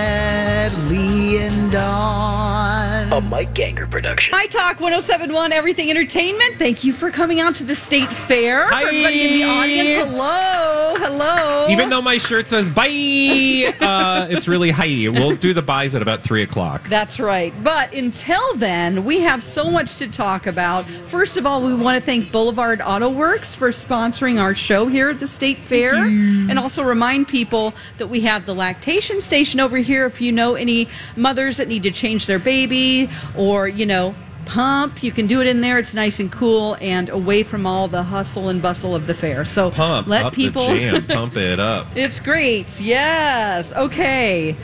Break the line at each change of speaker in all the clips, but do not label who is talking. Bradley and Dawn.
A Mike Ganger production.
Hi Talk 1071 Everything Entertainment. Thank you for coming out to the state fair.
Hi.
Everybody in the audience. Hello. Hello.
Even though my shirt says bye, uh, it's really high. We'll do the buys at about three o'clock.
That's right. But until then, we have so much to talk about. First of all, we want to thank Boulevard Auto Works for sponsoring our show here at the State Fair. And also remind people that we have the lactation station over here if you know any mothers that need to change their baby or, you know, pump. You can do it in there. It's nice and cool and away from all the hustle and bustle of the fair. So
Pump
let
up
people
the jam. Pump it up.
It's great. Yes. Okay.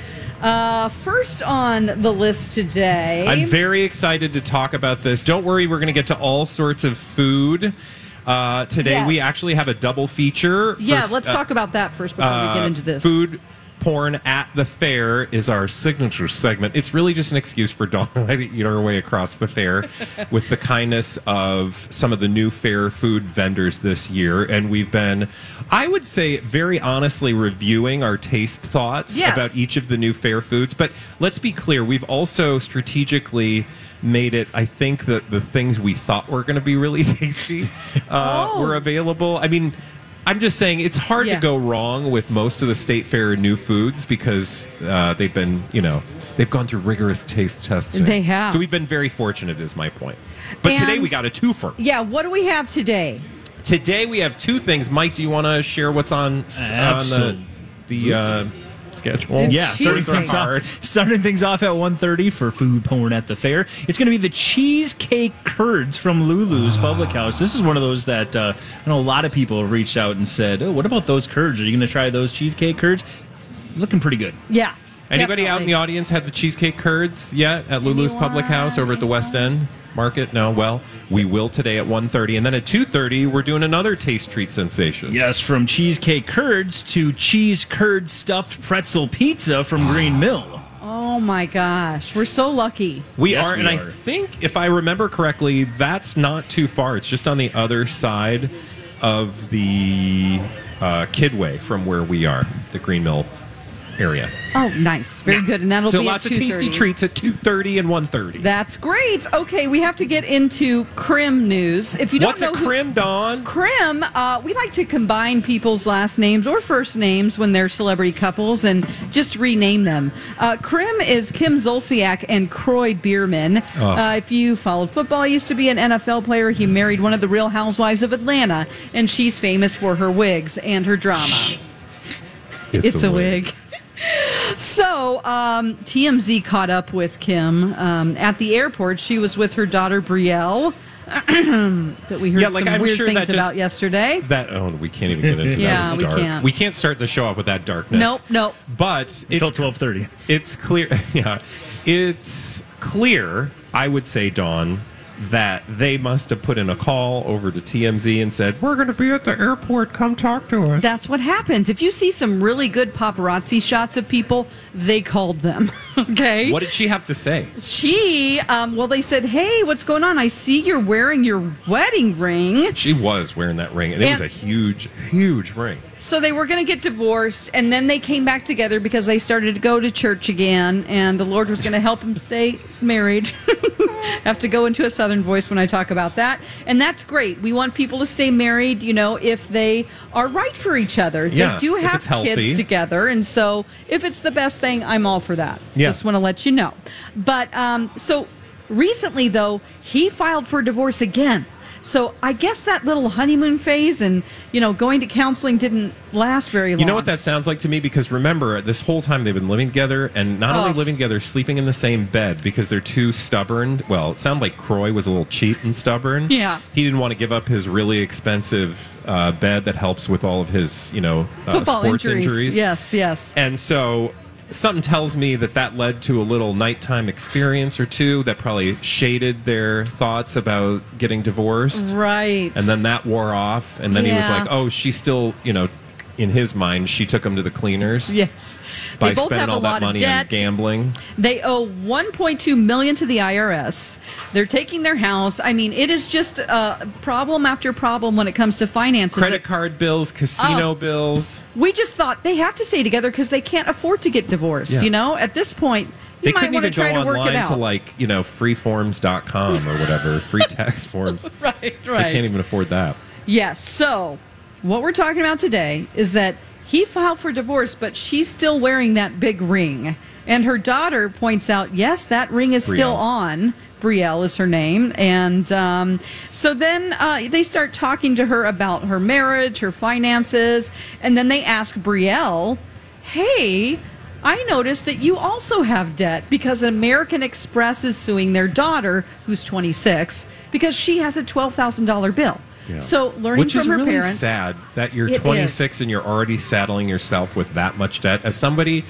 Uh, first on the list today.
I'm very excited to talk about this. Don't worry, we're going to get to all sorts of food uh, today.
Yes.
We actually have a double feature.
yeah,
First,
let let's
uh,
talk about that first before we
uh,
get into this.
Food porn at the fair is our signature segment. It's really just an excuse for Dawn and I to eat our way across the fair with the kindness of some of the new fair food vendors this year. And we've been, I would say, very honestly reviewing our taste thoughts
Yes.
about each of the new fair foods. But let's be clear, we've also strategically made it i think that the things we thought were going to be really tasty uh,
Oh.
were available i mean i'm just saying it's hard hard
Yeah.
to go wrong with most of the state fair new foods because uh, they've been, you know, they've gone through rigorous taste testing.
They have.
So we've been very fortunate, is my point. But today
And-
we got a twofer.
Yeah, what do we have today?
Today we have two things. Mike, do you want to share what's on, on the,
Absolutely.
the uh, schedule?
It's
Yeah,
Cheese
starting
things.
things, off, starting things off at 1.30 for food porn at the fair. It's going to be the cheesecake curds from Lulu's Public House. This is one of those that uh, I know a lot of people have reached out and said, "Oh, what about those curds? Are you going to try those cheesecake curds?" Looking pretty good.
Yeah.
Anybody out in the
definitely.
audience had the cheesecake curds yet at Lulu's Public House over at the West End Market? No. Well, we will today at 1.30. And then at 2.30, we're doing another taste treat sensation.
Yes, from cheesecake curds to cheese curd stuffed pretzel pizza from Green Mill.
Oh my gosh, we're so lucky.
We
Yes,
are,
we
and I
are.
think if I remember correctly, that's not too far. It's just on the other side of the uh, Kidway from where we are, the Green Mill area.
Oh, nice, very good, and that'll
so
be
lots
at
of tasty
2:30.
treats at two thirty and one thirty.
That's great. Okay, we have to get into crim news. If you don't
What's
know
a
who-
crim, Dawn?
Crim, uh, we like to combine people's last names or first names when they're celebrity couples and just rename them. Uh, Crim is Kim Zolciak and Croy Bierman.
Oh.
Uh, if you followed football, he used to be an NFL player. He married one of the Real Housewives of Atlanta, and she's famous for her wigs and her drama. It's, a, wig. So um, TMZ caught up with Kim um, at the airport. She was with her daughter Brielle, that we heard
Yeah, like,
some
I'm
weird
sure
things
that just-
about yesterday.
That oh, we can't even get into
Yeah,
that. It was
we
dark.
can't.
We can't start the show off with that darkness.
Nope, nope.
But it's
Until 12:30.
It's clear. Yeah, it's clear. I would say, Dawn, that they must have put in a call over to TMZ and said, We're going to be at the airport. Come talk to us.
That's what happens. If you see some really good paparazzi shots of people, they called them. okay.
What did she have to say?
She, um, well, they said, hey, what's going on? I see you're wearing your wedding ring.
She was wearing that ring, and it was
And-
a huge, huge ring.
So they were going to get divorced, and then they came back together because they started to go to church again, and the Lord was going to help them stay married. I have to go into a southern voice when I talk about that. And that's great. We want people to stay married, you know, if they are right for each other.
Yeah,
they do
if
have
it's healthy.
kids together, and so if it's the best thing, I'm all for that.
Yeah.
Just want to let you know. But um, so recently, though, he filed for divorce again. So I guess that little honeymoon phase and you know going to counseling didn't last very long.
You know what that sounds like to me? Because remember, this whole time they've been living together, and not only
Oh.
living together, sleeping in the same bed because they're too stubborn. Well, it sounded like Croy was a little cheap and stubborn.
Yeah.
he didn't want to give up his really expensive uh, bed that helps with all of his, you know, uh,
football
sports
injuries.
injuries.
Yes, yes.
And so something tells me that that led to a little nighttime experience or two that probably shaded their thoughts about getting divorced.
Right.
And then that wore off. And then he was
Yeah.
like, oh, she still, you know, in his mind, she took him to the cleaners.
yes,
By
they both
spending
have a
all that
lot
money
of
on
debt.
gambling.
They owe 1.2 million to the IRS. They're taking their house. I mean, it is just uh, problem after problem when it comes to finances.
Credit
It-
card bills,
Oh.
casino bills.
we just thought they have to stay together because they can't afford to get divorced.
Yeah.
You know, at this point, you
They
might
couldn't
want to
even go
try to work it
online
out.
to like, you know, freeforms.com or whatever, free tax forms.
right,
They
right.
can't even afford that.
Yes. So, what we're talking about today is that he filed for divorce, but she's still wearing that big ring. And her daughter points out, yes, that ring is still on.
Brielle.
Brielle is her name. And um, so then uh, they start talking to her about her marriage, her finances. And then they ask Brielle, hey, I noticed that you also have debt because American Express is suing their daughter, who's 26, because she has a $12,000 bill.
Yeah.
So learning
Which
from
is
her
really
parents.
sad that you're
It is.
26 and you're already saddling yourself with that much debt. As somebody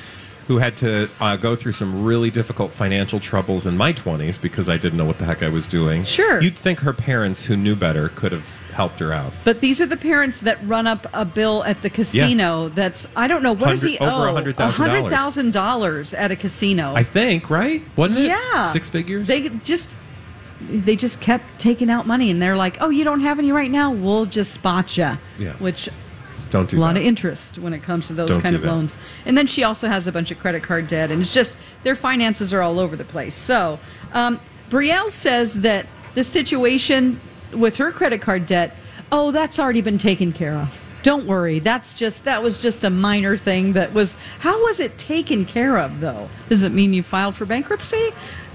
who had to uh, go through some really difficult financial troubles in my 20s because I didn't know what the heck I was doing.
Sure.
You'd think her parents who knew better could have helped her out.
But these are the parents that run up a bill at the casino that's I don't know what does he
Hundred-
owe
over $100,000.
thousand dollars at a casino.
I think, right? Wasn't it?
yeah,
Six figures?
They just they just kept taking out money, and they're like, "Oh, you don't have any right now. We'll just spot you."
Yeah.
which
Don't
a
do
lot
that.
of interest when it comes to those
Don't
kind
do
of
that.
loans. And then she also has a bunch of credit card debt, and it's just their finances are all over the place. So um, Brielle says that the situation with her credit card debt, oh, that's already been taken care of. Don't worry. That's just that was just a minor thing that was. How was it taken care of though? Does it mean you filed for bankruptcy,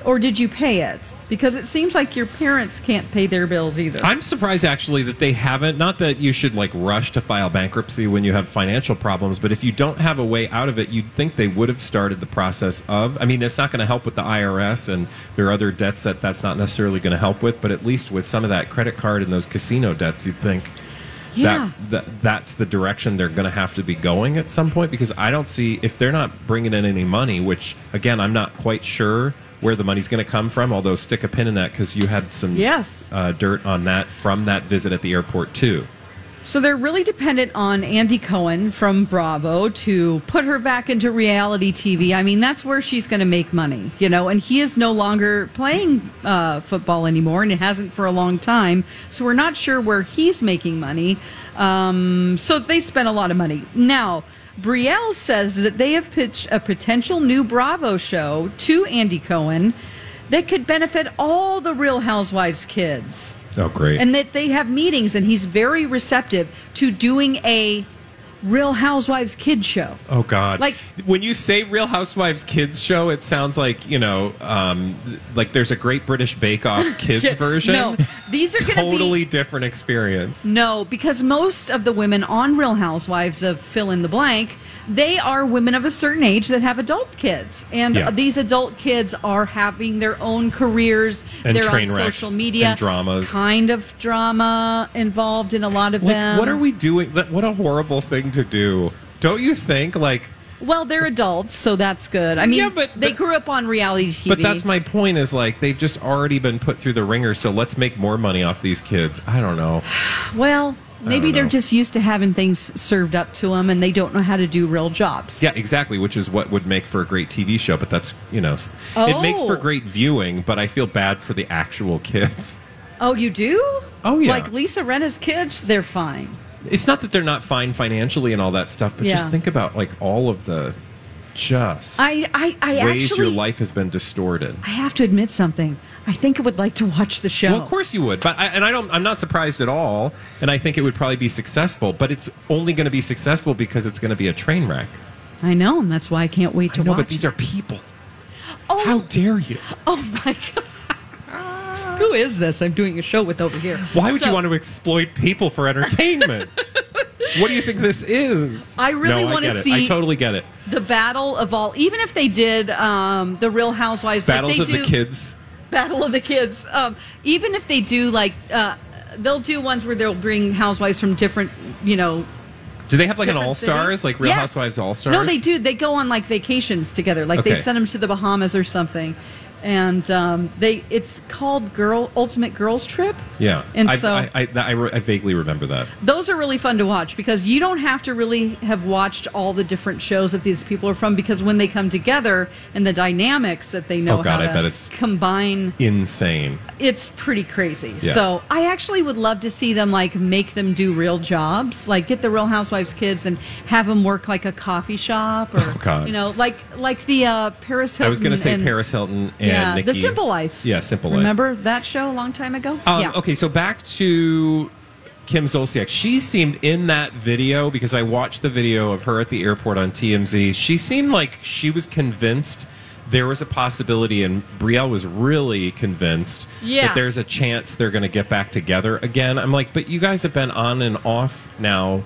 or did you pay it? Because it seems like your parents can't pay their bills either.
I'm surprised actually that they haven't. Not that you should like rush to file bankruptcy when you have financial problems, but if you don't have a way out of it, you'd think they would have started the process of. I mean, it's not going to help with the IRS and there are other debts that that's not necessarily going to help with, but at least with some of that credit card and those casino debts, you'd think
Yeah.
that, that that's the direction they're going to have to be going at some point because I don't see if they're not bringing in any money, which again, I'm not quite sure where the money's going to come from, although stick a pin in that because you had some
Yes.
uh, dirt on that from that visit at the airport too.
So they're really dependent on Andy Cohen from Bravo to put her back into reality TV. I mean, that's where she's going to make money, you know, and he is no longer playing uh, football anymore and it hasn't for a long time. So we're not sure where he's making money. Um, so they spent a lot of money. Now, Brielle says that they have pitched a potential new Bravo show to Andy Cohen that could benefit all the Real Housewives kids
Oh, great!
and that they have meetings and he's very receptive to doing a real housewives kid show
oh God!
like-
when you say Real Housewives kids show, it sounds like you know, um, th- like there's a Great British Bake Off kids version.
no these are going to
totally
be
different experience.
no because most of the women on real housewives of fill in the blank they are women of a certain age that have adult kids and
Yeah.
these adult kids are having their own careers
And
they're
train
on
wrecks
social media
and dramas.
kind of drama involved in a lot of
Like,
them
what are we doing? That- What a horrible thing to do! Don't you think? Like,
Well, they're adults, so that's good. I mean,
Yeah, but-
they
but-
grew up on reality TV.
But that's my point is like they've just already been put through the ringer, so let's make more money off these kids. I don't know.
well, maybe
don't
they're
know.
just used to having things served up to them, and they don't know how to do real jobs.
Yeah, exactly, which is what would make for a great TV show, but that's, you know, s-
Oh.
it makes for great viewing, but I feel bad for the actual kids.
Oh, you do?
Oh, yeah.
Like Lisa Renna's kids, they're fine.
It's not that they're not fine financially and all that stuff, but
Yeah.
just think about like all of the just
I, I, I
ways
actually,
your life has been distorted.
I have to admit something. I think I would like to watch the show.
Well, of course you would, but I, and I don't. I'm not surprised at all, and I think it would probably be successful. But it's only going to be successful because it's going to be a train wreck.
I know, and that's why I can't wait to
No,
watch.
but these are people.
oh,
How dare you?
oh my god. Who is this? I'm doing a show with over here.
Why would
So-
you want to exploit people for entertainment? what do you think this is?
I really
No,
wanna
get it.
see-
I totally get it.
the battle of all? Even if they did um, the Real Housewives, like
Battles
they
of
do,
the kids.
Battle of the Kids. Um, even if they do like, uh, they'll do ones where they'll bring housewives from different, you know,
Do they have like an
different
All Stars,
cities.
like Real
Yes.
Housewives All Stars?
No, they do. They go on like vacations together. Like they
Okay.
send them to the Bahamas or something. And um, they, it's called Girl Ultimate Girls Trip.
Yeah,
And
I've-
so
I, I, that- I, re- I vaguely remember that.
those are really fun to watch because you don't have to really have watched all the different shows that these people are from because when they come together and the dynamics that they know
Oh, God,
how
I
to
bet it's-
combine,
Insane.
it's pretty crazy.
Yeah.
So I actually would love to see them like make them do real jobs, like get the Real Housewives kids and have them work like a coffee shop or
Oh, God.
you know like like the uh, Paris Hilton.
I was going to say
and-
Paris Hilton and
yeah,
Nikki.
the Simple Life.
Yeah, Simple Life.
Remember that show a long time ago?
Um,
yeah.
Okay, so back to Kim Zolciak. She seemed in that video because I watched the video of her at the airport on TMZ. She seemed like she was convinced there was a possibility, and Brielle was really convinced
Yeah.
that there's a chance they're going to get back together again. I'm like, but you guys have been on and off now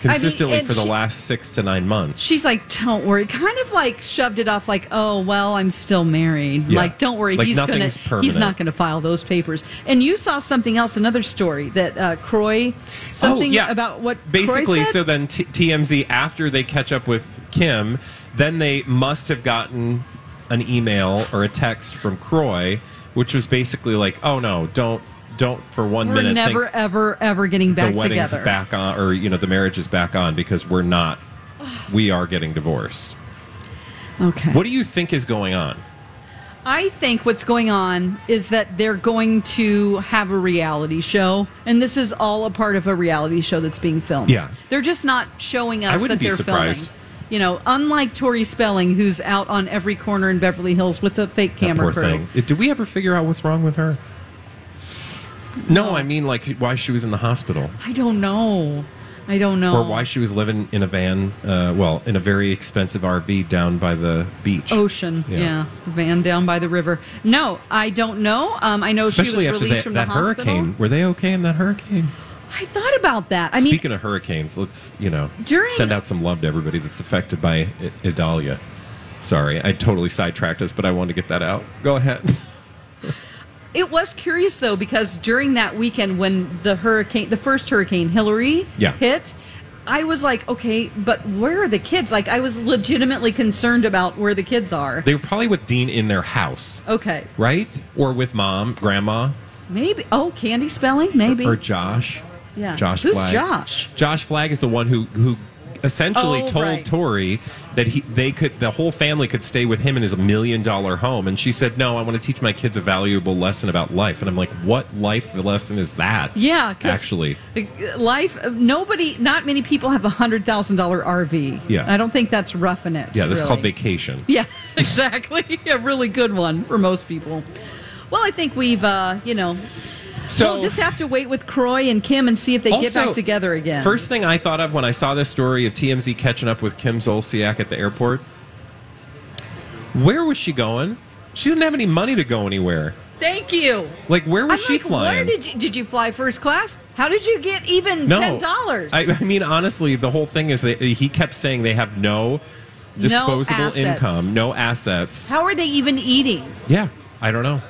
consistently
and
for the
she-
last six to nine months.
She's like, "Don't worry." Kind of like shoved it off, like, "Oh well, I'm still married."
Yeah.
Like, "Don't worry,
Like,
he's gonna
nothing's permanent.
he's not gonna file those papers." And you saw something else, another story that uh, Croy something
oh, yeah.
about what Croy
basically.
said?
So then T- TMZ after they catch up with Kim, then they must have gotten an email or a text from Croy, which was basically like, "Oh no, don't don't for one
we're
minute
never,
think
ever, ever getting back
the wedding's
together.
back on or you know the marriage is back on because we're not we are getting divorced."
Okay.
What do you think is going on?
I think what's going on is that they're going to have a reality show, and this is all a part of a reality show that's being filmed.
Yeah.
they're just not showing us
I
that
wouldn't be
they're
surprised.
filming. You know, unlike Tori Spelling, who's out on every corner in Beverly Hills with a fake
That
camera
poor
crew.
thing. Did we ever figure out what's wrong with her? No, I mean like why she was in the hospital.
I don't know. I don't know.
or why she was living in a van, uh, well, in a very expensive RV down by the beach.
Ocean, yeah.
Yeah.
van down by the river. No, I don't know. Um, I know
Especially
she was
after
released
that,
from
that
the
hurricane.
hospital.
Were they okay in that hurricane?
I thought about that. I mean,
Speaking of hurricanes, let's you know
During-
send out some love to everybody that's affected by I- Idalia. Sorry, I totally sidetracked us, but I wanted to get that out. Go ahead.
It was curious though because during that weekend when the hurricane, the first hurricane Hillary
Yeah.
hit, I was like, okay, but where are the kids? Like I was legitimately concerned about where the kids are.
They were probably with Dean in their house,
Okay,
right? Or with mom, grandma,
maybe. Oh, Candy Spelling, maybe.
or Josh.
Yeah.
Josh
Who's
Flagg.
Josh?
Josh Flagg is the one who who essentially
Oh,
told
right.
Tori that he they could the whole family could stay with him in his million dollar home and she said no I want to teach my kids a valuable lesson about life and I'm like what life lesson is that
yeah, 'cause
actually
life. Nobody, not many people have a hundred thousand dollar RV.
Yeah.
I don't think that's roughing it.
yeah that's
really.
called vacation
Yeah, exactly. a really good one for most people. Well, I think we've, uh, you know,
so
we'll just have to wait with Croy and Kim and see if they get
Also,
back together again.
First thing I thought of when I saw this story of TMZ catching up with Kim Zolciak at the airport, where was she going? She didn't have any money to go anywhere.
thank you.
Like where was
I'm
she
like,
flying?
Where did you did you fly first class? How did you get even
No.
ten dollars?
I, I mean, honestly, the whole thing is that he kept saying they have no disposable
assets.
income, no assets.
How are they even eating?
Yeah, I don't know.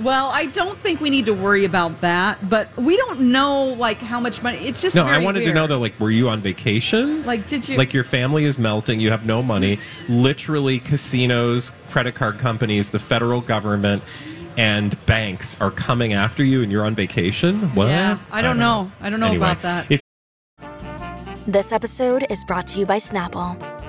Well, I don't think we need to worry about that, but we don't know like how much money. It's just
No, I
very
wanted to
weird.
know though, like, were you on vacation?
Like, did you-
Like, your family is melting. You have no money. Literally, casinos, credit card companies, the federal government, and banks are coming after you, and you're on vacation. What?
Yeah, I don't know. I don't know
Anyway,
about that.
If
This episode is brought to you by Snapple.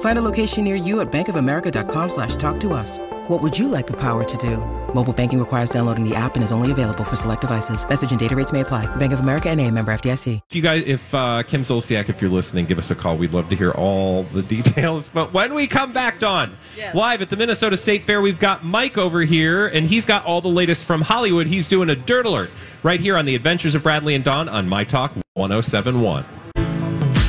Find a location near you at bankofamerica.com slash talk to us. What would you like the power to do? Mobile banking requires downloading the app and is only available for select devices. Message and data rates may apply. Bank of America and a member FDIC.
If you guys, if uh, Kim Zolciak, if you're listening, give us a call. We'd love to hear all the details. But when we come back, Dawn, live at the Minnesota State Fair, we've got Mike over here, and he's got all the latest from Hollywood. He's doing a dirt alert right here on the Adventures of Bradley and Dawn on My Talk 1071.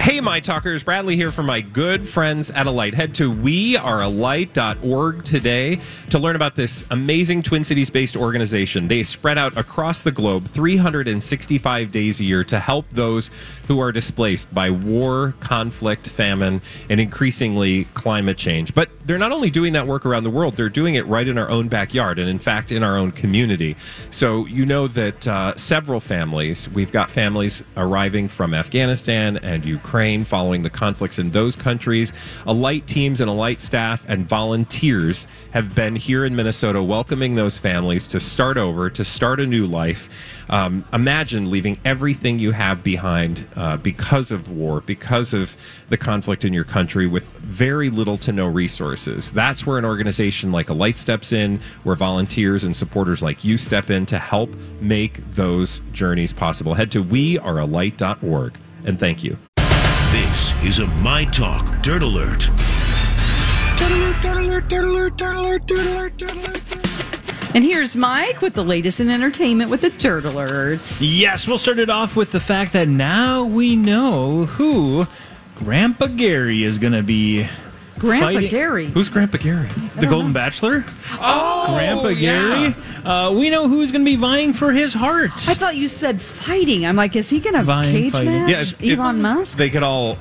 Hey, my talkers, Bradley here for my good friends at Alight. Head to wearealight.org today to learn about this amazing Twin Cities based organization. They spread out across the globe 365 days a year to help those who are displaced by war, conflict, famine, and increasingly climate change. But they're not only doing that work around the world, they're doing it right in our own backyard and, in fact, in our own community. So, you know that uh, several families, we've got families arriving from Afghanistan and Ukraine following the conflicts in those countries. Alight teams and Alight staff and volunteers have been here in Minnesota welcoming those families to start over, to start a new life. Um, imagine leaving everything you have behind uh, because of war, because of the conflict in your country with very little to no resources. That's where an organization like Alight steps in, where volunteers and supporters like you step in to help make those journeys possible. Head to wearealight.org and thank you.
This is a My Talk Dirt Alert.
and here's Mike with the latest in entertainment with the dirt alerts.
Yes, we'll start it off with the fact that now we know who Grandpa Gary is going to be.
Grandpa
fighting-
Gary.
Who's Grandpa Gary?
Uh-huh.
The Golden Bachelor?
Oh,
Grandpa Gary? Uh, we know who's going to be vying for his heart.
I thought you said fighting. I'm like, is he going to
Vine
cage
fighting.
match
Yeah, it's- it-
Elon Musk?
They get all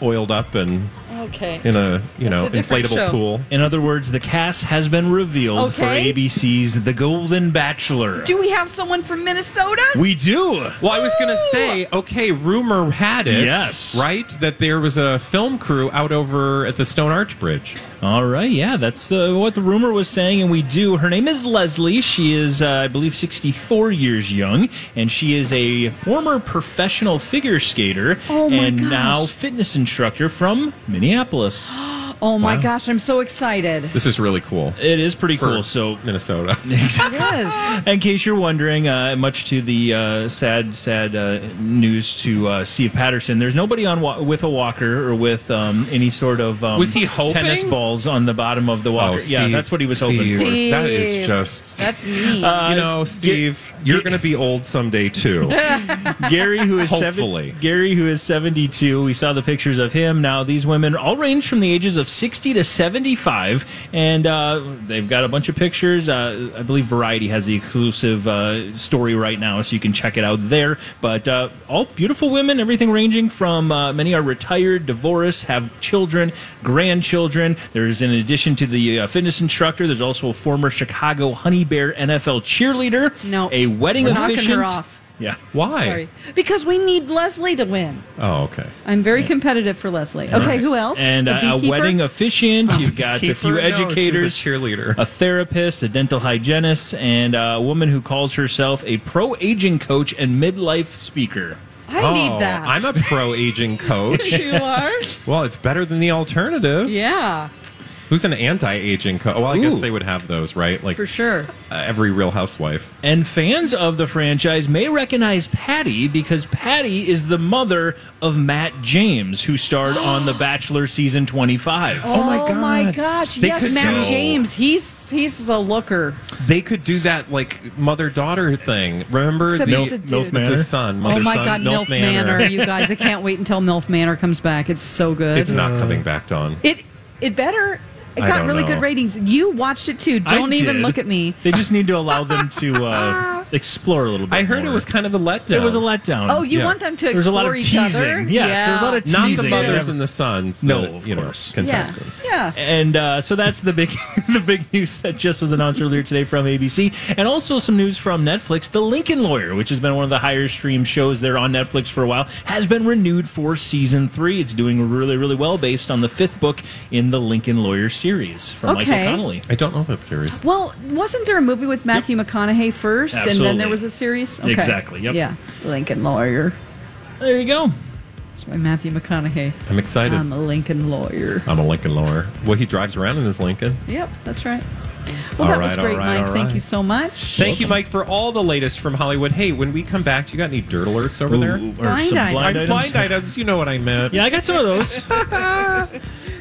oiled up and
Okay.
in a you know
That's a different
inflatable
show.
pool.
In other words, the cast has been revealed
Okay.
for ABC's The Golden Bachelor.
Do we have someone from Minnesota?
we do.
Well, I was going to say, okay, rumor had it,
Yes.
right, that there was a film crew out over at the Stone Arch Bridge.
All right, yeah, that's uh, what the rumor was saying, and we do. Her name is Leslie. She is, uh, I believe, 64 years young, and she is a former professional figure skater
Oh, my
and
gosh.
now fitness instructor from Minneapolis.
oh my gosh, I'm so excited.
This is really cool.
It is pretty
For
cool. So,
Minnesota.
Yes.
in case you're wondering, uh, much to the uh, sad, sad uh, news to uh, Steve Patterson, there's nobody on wa- with a walker or with um, any sort of um,
Was he hoping? Oh,
tennis balls on the bottom of the walker. yeah,
Steve,
that's what he was hoping
Steve,
for. Uh,
That
Steve.
is just.
That's me.
you know, Steve, you're going to be old someday too.
Gary, who is
Hopefully.
seven, Gary, who is seventy-two. We saw the pictures of him. Now these women all range from the ages of sixty to seventy-five, and uh, they've got a bunch of pictures. Uh, I believe Variety has the exclusive uh, story right now, so you can check it out there. But uh, all beautiful women, everything ranging from uh, many are retired, divorced, have children, grandchildren. There's in addition to the uh, fitness instructor, there's also a former Chicago Honey Bear NFL cheerleader.
No.
a wedding
We're knocking her
officiant.
off.
Yeah.
Why?
Sorry. Because we need Leslie to win.
Oh, okay.
I'm very competitive for Leslie. Okay, who else?
And uh, a,
beekeeper?
wedding officiant. You've got a few
Keeper? Oh, No, she was a
educators,
cheerleader.
a therapist, a dental hygienist, and a woman who calls herself a pro aging coach and midlife speaker.
I need that.
Oh, I'm a pro aging coach.
you are?
well, it's better than the alternative.
Yeah.
Who's an anti-aging coach? Well, I guess
Ooh.
they would have those, right? Like
for sure.
uh, every Real Housewife.
And fans of the franchise may recognize Patty because Patty is the mother of Matt James, who starred on The Bachelor season 25.
Oh my
Oh my
God.
gosh!
They
yes,
could
Matt
so-
James. He's he's a looker.
They could do that like mother-daughter thing. Remember
Except
the
he's a dude. Milf
it's
Manor?
his son.
oh my
mother-son,
God, Milf Manor. You guys, I can't wait until Milf Manor comes back. It's so good.
It's not coming back, Dawn.
It it better. It
I
got
don't
really
know.
good ratings. You watched it too.
I
Don't even
did.
look at me.
They just need to allow them to uh, explore a little bit.
I heard
more.
it was kind of a letdown.
It was a letdown.
Oh, you
Yeah.
want them to
There was a lot
explore
of
each
teasing.
other?
Yes, there was a lot of
Not the
teasing.
mothers
Yeah.
and the sons.
No,
the,
of
you know,
course.
Yeah,
contestants.
yeah.
And uh, so that's the big the big news that just was announced earlier today from ABC, and also some news from Netflix. The Lincoln Lawyer, which has been one of the higher stream shows there on Netflix for a while, has been renewed for season three. It's doing really really well based on the fifth book in the Lincoln Lawyer series from
Okay.
Michael Connelly.
I don't know that series.
Well, wasn't there a movie with Matthew McConaughey first, and then
Absolutely.
there was a series?
Exactly, yep.
Yeah. Lincoln Lawyer.
There you go.
That's my Matthew McConaughey.
I'm excited.
I'm a Lincoln Lawyer.
I'm a Lincoln lawyer. Well, he drives around in his Lincoln.
Yep, that's right. Well,
All
that was
right, all
great,
right,
Mike.
all
Thank
right.
you so much.
Thank you, Mike, for all the latest from Hollywood. Hey, when we come back, do you got any dirt alerts over there?
Ooh, or
Blind
some
item.
blind
I'm
items.
blind items. You know what I meant.
Yeah, I got some of those.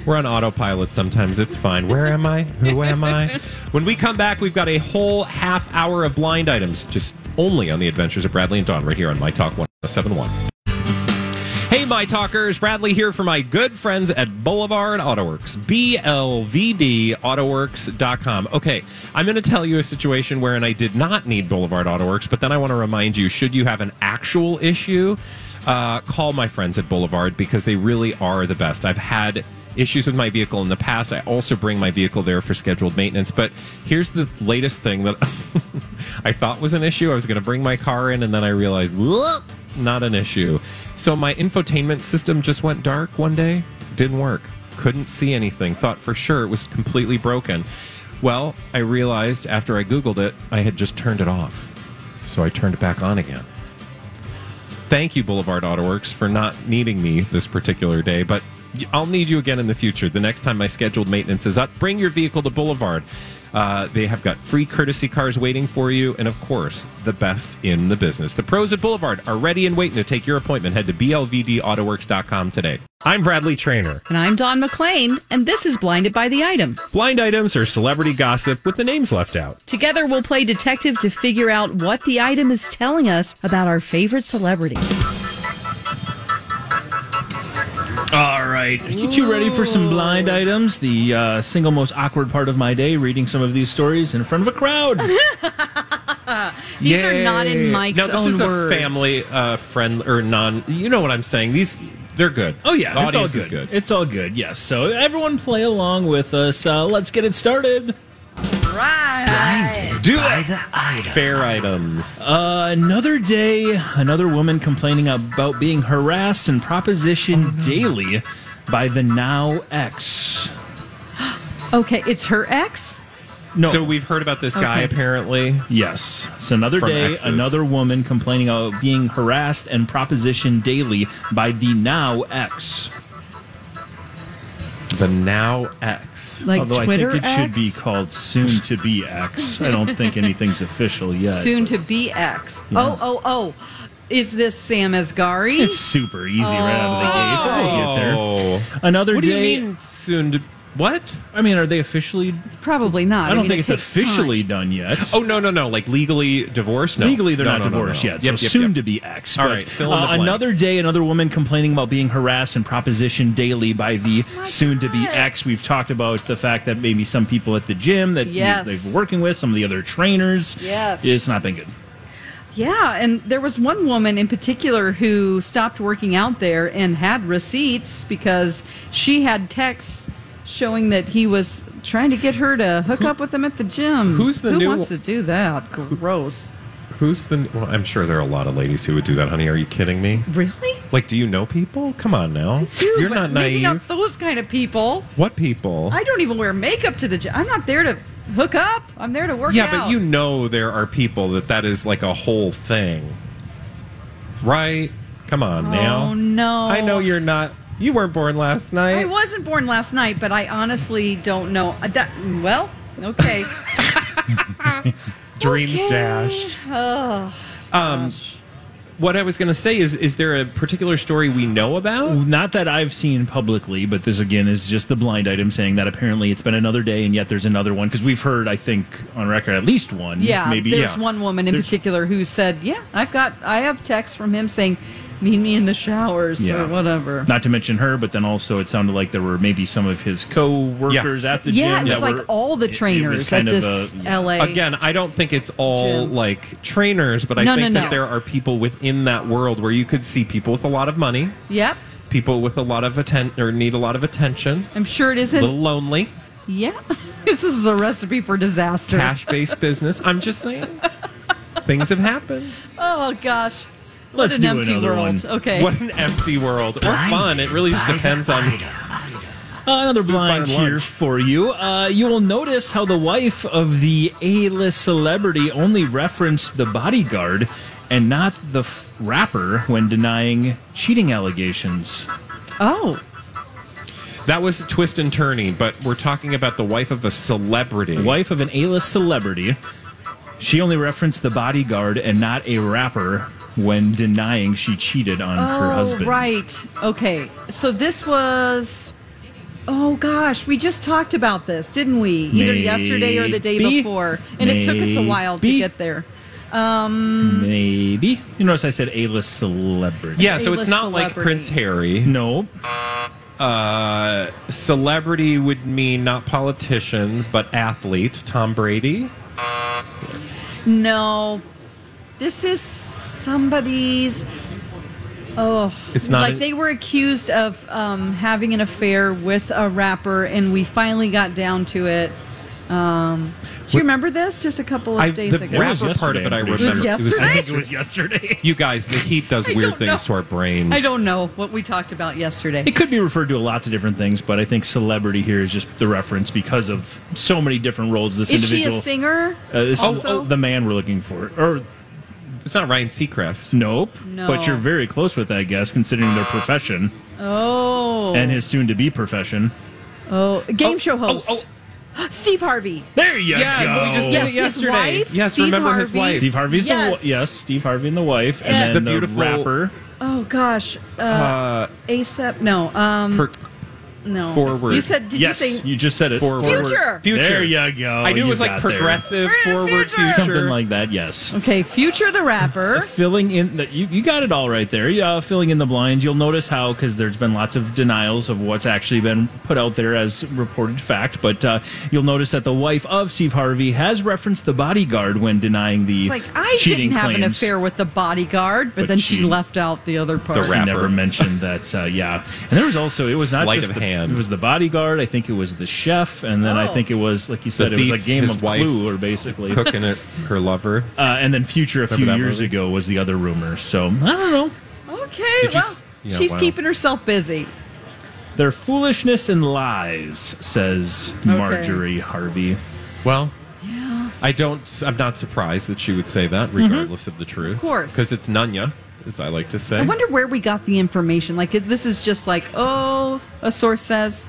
We're on autopilot sometimes. It's fine. Where am I? Who am I? When we come back, we've got a whole half hour of blind items just only on the adventures of Bradley and Dawn right here on My Talk 1071. Hey, my talkers. Bradley here for my good friends at Boulevard Autoworks, BLVDAutoworks.com. Okay, I'm going to tell you a situation wherein I did not need Boulevard Autoworks, but then I want to remind you should you have an actual issue, uh, call my friends at Boulevard because they really are the best. I've had issues with my vehicle in the past. I also bring my vehicle there for scheduled maintenance, but here's the latest thing that I thought was an issue. I was going to bring my car in, and then I realized, "Whoop." not an issue. So my infotainment system just went dark one day. Didn't work. Couldn't see anything. Thought for sure it was completely broken. Well, I realized after I Googled it, I had just turned it off. So I turned it back on again. Thank you, Boulevard Autoworks, for not needing me this particular day, but y- I'll need you again in the future. The next time my scheduled maintenance is up, bring your vehicle to Boulevard. Uh, they have got free courtesy cars waiting for you, and of course, the best in the business. The pros at Boulevard are ready and waiting to take your appointment. Head to blvdautoworks.com today. I'm Bradley Trainer.
And I'm Don McClain, and this is Blinded by the Item.
Blind items are celebrity gossip with the names left out.
Together, we'll play detective to figure out what the item is telling us about our favorite celebrity.
All right. Get you ready for some blind items. The uh, single most awkward part of my day, reading some of these stories in front of a crowd.
These are not in Mike's
now this
own
is a
words.
family uh, friend or non. You know what I'm saying? These they're good.
Oh, yeah.
the
it's all
audience
good.
is good.
It's all good, yes. So everyone play along with us. Uh, let's get it started.
Blinded
Do
by
it.
the item.
Fair items.
Another day, another woman complaining about being harassed and propositioned daily by the now ex.
Okay, it's her ex?
No.
So we've heard about this guy
Okay.
apparently.
Yes. So another
From
day,
exes.
another woman complaining about being harassed and propositioned daily by the now ex.
The now ex.
Like
Although
Twitter
I think it
ex?
should be called soon to be X. I don't think anything's official yet.
Soon to be ex. Oh, oh, oh. Is this Sam Asghari?
It's super easy right
Oh.
out of the gate. We'll get
Oh.
there. Another
What do
day.
you mean soon to what?
I mean, are they officially?
Probably not.
I don't
mean,
think
it
it's
takes time.
officially done yet.
Oh no no no! Like legally divorced? No.
Legally, they're
No,
not
no, no, no,
divorced
no.
yet.
Yep,
so
yep,
soon
yep.
to be ex.
All
But,
right, fill in the
uh, another
blanks.
day, another woman complaining about being harassed and propositioned daily by the
Oh
soon to be ex. We've talked about the fact that maybe some people at the gym that
Yes.
they've been working with, some of the other trainers.
Yes.
It's not been good.
Yeah, and there was one woman in particular who stopped working out there and had receipts because she had texts showing that he was trying to get her to hook up with him at the gym.
who's the
who
new-
wants to do that? Gross.
Who's the? Well, I'm sure there are a lot of ladies who would do that, honey. Are you kidding me?
Really?
Like, do you know people? Come on now.
Dude,
You're
but
not
Maybe not
naive.
those kind of people.
what people?
I don't even wear makeup to the gym. I'm not there to hook up. I'm there to work
Yeah,
out.
but you know there are people that that is like a whole thing, right? Come on
Oh
now.
no!
I know you're not. You weren't born last
Oh. I
night.
wasn't born last night, but I honestly don't know. Uh, that- well, okay.
Dreams dashed.
What I was going to say is, is there a particular story we know about?
Not that I've seen publicly, but this again is just the blind item saying that apparently it's been another day and yet there's another one because we've heard, I think, on record at least one.
Yeah,
maybe
there's
yeah.
one woman in
There's-
particular who said, "Yeah, I've got I have texts from him saying, meet me in the showers
Yeah.
or whatever."
Not to mention her, but then also it sounded like there were maybe some of his co-workers at the
yeah,
gym.
it was
that
like
were-
all the
it- it was
trainers at
kind of
this
a-
LA.
Again, I don't think it's all
Jim.
like trainers, but I
No,
think
no,
that
no.
there are people within that world where you could see people with a lot of money,
Yep.
people with a lot of atten- or need a lot of attention,
I'm sure it
a
isn't.
little lonely,
yeah. this is a recipe for disaster.
cash-based business. I'm just saying, things have happened.
Oh gosh. what
Let's
an
do
empty
another
world.
one.
Okay.
What an empty world, or fun. It really just depends on.
Uh, another blind
buying lunch?
here for you. Uh, you will notice how the wife of the A-list celebrity only referenced the bodyguard and not the f- rapper when denying cheating allegations.
Oh.
That was twist and turning, but we're talking about the wife of a celebrity.
The wife of an A-list celebrity, she only referenced the bodyguard and not a rapper when denying she cheated on her
Oh,
husband.
right. Okay. So this was. Oh gosh, we just talked about this, didn't we? Either yesterday or the day
Maybe.
before, and it took us a while to
Maybe.
get there.
Maybe. You notice I said A-list celebrity.
yeah, so it's
A-list
not like
celebrity.
Prince Harry.
No,
Uh, celebrity would mean not politician, but athlete. Tom Brady.
No, this is somebody's. Oh,
It's not
like
an-
they were accused of um, having an affair with a rapper, and we finally got down to it. Um, do you remember this? Just a couple of
I,
days
the
ago.
was
rapper part of it I
yesterday, I'm
remember.
pretty sure.
It was
I
yesterday?
think it was-
was yesterday.
you guys, the heat does weird
don't
things
know.
to our brains.
I don't know what we talked about yesterday.
It could be referred to lots of different things, but I think celebrity here is just the reference because of so many different roles this
Is she
individual.
a singer?
Uh, this is
also?
the man we're looking for. Or
It's not Ryan Seacrest.
nope,
No.
but you're very close with that guess considering their profession
Oh,
and his soon-to-be profession.
oh, game show
oh,
host Steve Harvey.
There you
Yes,
go.
we just did
Yes,
it
his
yesterday.
wife,
yes,
Steve
remember his
Harvey.
wife.
Steve Harvey's
Yes.
the wa- yes, Steve Harvey and the wife, and
Yeah.
then
The
the,
beautiful-
rapper.
Oh gosh, uh,
Hmm.
ASAP. No, um,
Her-
no.
forward.
You said? Did
yes,
you say?
you just said it.
forward.
Future.
Future.
There you go.
I knew
You
it was like
got there.
progressive, forward, future.
Something like that. Yes.
Okay, Future the rapper.
filling in that you, you got it all right there yeah filling in the blinds you'll notice how because there's been lots of denials of what's actually been put out there as reported fact but uh, you'll notice that the wife of steve harvey has referenced the bodyguard when denying the
It's like I
cheating
didn't have an
claims.
affair with the bodyguard, but,
But
then she,
she-
left out the other part.
The
She
rapper.
never mentioned that. Uh, yeah, and there was also it was not
Sleight
just
of
the,
hand.
It was the bodyguard. I think it was the chef, and then I
Oh.
think it was like you said, it was
thief,
a game
his
of
wife,
Clue, or basically
Cooking it, her lover.
Uh, and then future a few
that
years
movie?
ago was the other rumor. So I don't know.
Okay,
Did you
well,
s- yeah,
she's
wow.
keeping herself busy.
Their foolishness and lies, says Marjorie Harvey.
Well, I don't. I'm not surprised that she would say that,
Mm-hmm.
regardless of the truth. Of
course.
because it's Nunya, as I like to say.
I wonder where we got the information. Like is- this is just like, oh, a source says.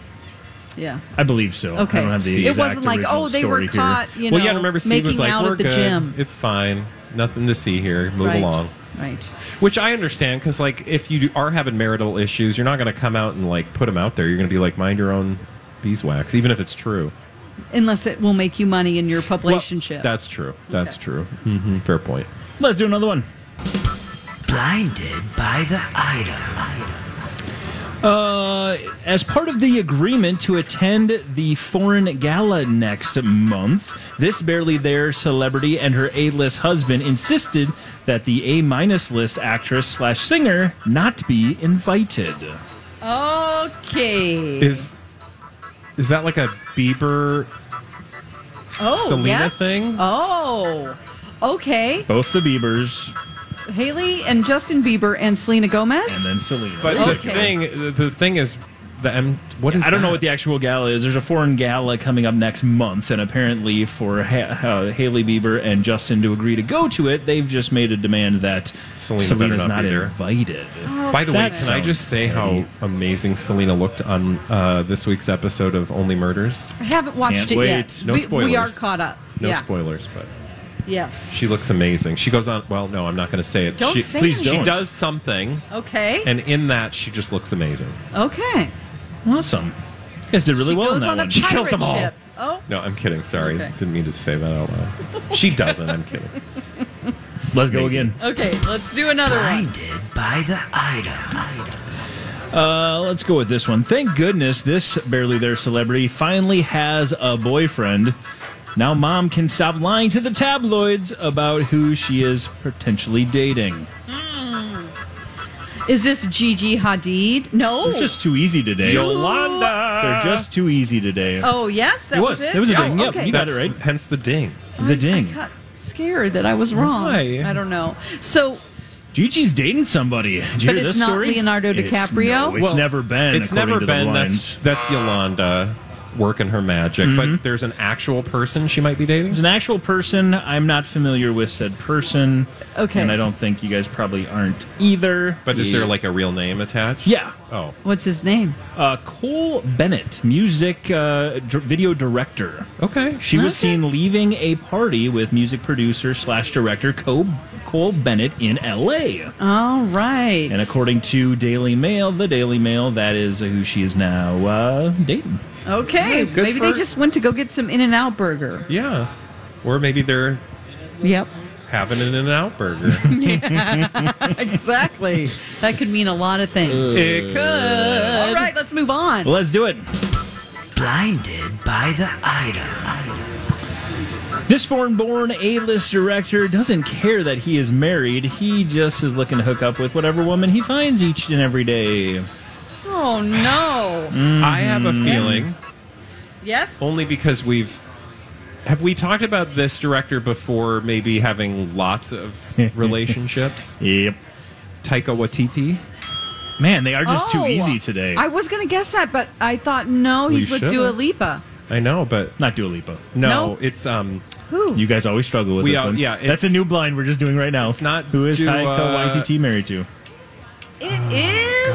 Yeah.
I believe so.
Okay.
I don't have the
it
exact
wasn't like,
original
oh, they were
story here.
caught. You know,
well, yeah. Remember, Steve
making
was like,
out
"We're
at the
good.
gym.
It's fine. Nothing to see here. Move
right.
along."
Right.
Which I understand because, like, if you are having marital issues, you're not going to come out and like put them out there. You're going to be like, "Mind your own beeswax," even if it's true.
Unless it will make you money in your
Well,
relationship.
that's true. That's true. hmm Fair point.
Let's do another one.
Blinded by the item.
Uh, as part of the agreement to attend the Foreign Gala next month, this barely there celebrity and her A-list husband insisted that the A-minus list actress slash singer not be invited.
okay.
Is is that like a Bieber
oh,
Selena
yes.
thing?
Oh. Okay.
Both the Biebers
Haley and Justin Bieber and Selena Gomez.
Oh. and then Selena.
But the
Okay.
thing, the- the thing is, the M? What is?
I don't know
that?
what the actual gala is. There's a foreign gala coming up next month, and apparently, for ha- uh, Haley Bieber and Justin to agree to go to it, they've just made a demand that
Selena better
Selena's
not
not,
be there.
invited.
By the way,
That
can I just
sounds
say how amazing Selena looked on uh, this week's episode of Only Murders?
I haven't watched
Can't
it
wait.
yet.
No
we,
spoilers.
we are caught up.
No
yeah.
spoilers, but
Yes.
she looks amazing. She goes on. Well, no, I'm not going to say it.
Don't
she,
say Please
She
don't.
does something,
Okay.
and in that, she just looks amazing.
okay.
Awesome. You guys did really
She
well in
goes
that
on a
one.
pirate
She kills them all.
ship. Oh.
No, I'm kidding. Sorry,
Okay.
didn't mean to say that out loud. She doesn't. I'm kidding.
Let's go again.
Oh. Okay. Let's do another one.
Blinded by the item.
Uh, let's go with this one. Thank goodness this barely there celebrity finally has a boyfriend. Now mom can stop lying to the tabloids about who she is potentially dating.
Is this Gigi Hadid? No.
They're just too easy today.
Yolanda.
They're just too easy today.
oh yes, that
It
was,
was. It was a
Oh,
ding. Yep,
okay.
you got it right.
Hence the ding.
The ding.
I got scared that I was wrong.
Why?
I don't know. So
Gigi's dating somebody. Did you
But
hear
it's
this
not
story?
Leonardo
It's-
DiCaprio?
no, it's never been.
It's
according
never
to the
been.
lines. Mm-hmm.
That's that's Yolanda working her magic. But there's an actual person she might be dating.
There's an actual person. I'm not familiar with said person.
Okay.
And I don't think you guys probably aren't either.
But is there like a real name attached?
Yeah.
Oh.
what's his name?
Uh, Cole Bennett, music uh, dir- video director.
Okay.
She was seen leaving a party with music producer slash director Cole, Cole Bennett in L.A.
All right.
And according to Daily Mail, the Daily Mail, that is uh, who she is now uh, dating.
okay.
good
Maybe
for-
they just went to go get some In-N-Out burger.
Yeah. Or maybe they're
Yep.
having an In-N-Out burger.
exactly. That could mean a lot of things.
it could.
All right, let's move on.
Well, let's do it.
Blinded by the item.
This foreign born A list director doesn't care that he is married. He just is looking to hook up with whatever woman he finds each and every day.
Oh no.
I have
Mm-hmm.
a feeling
Yes.
only because we've have we talked about this director before maybe having lots of relationships?
Yep.
Taika Waititi?
Man, they are just
Oh.
too easy today.
I was gonna guess that, but I thought no, he's
you
with
should've.
Dua Lipa.
I know, but
Not Dua Lipa.
no,
No.
it's um
Who?
You guys always struggle with
We
this
are-
one.
yeah,
that's
it's-
a new blind we're just doing right now.
It's not
who is
Dua-
Taika Waititi married to?
it is.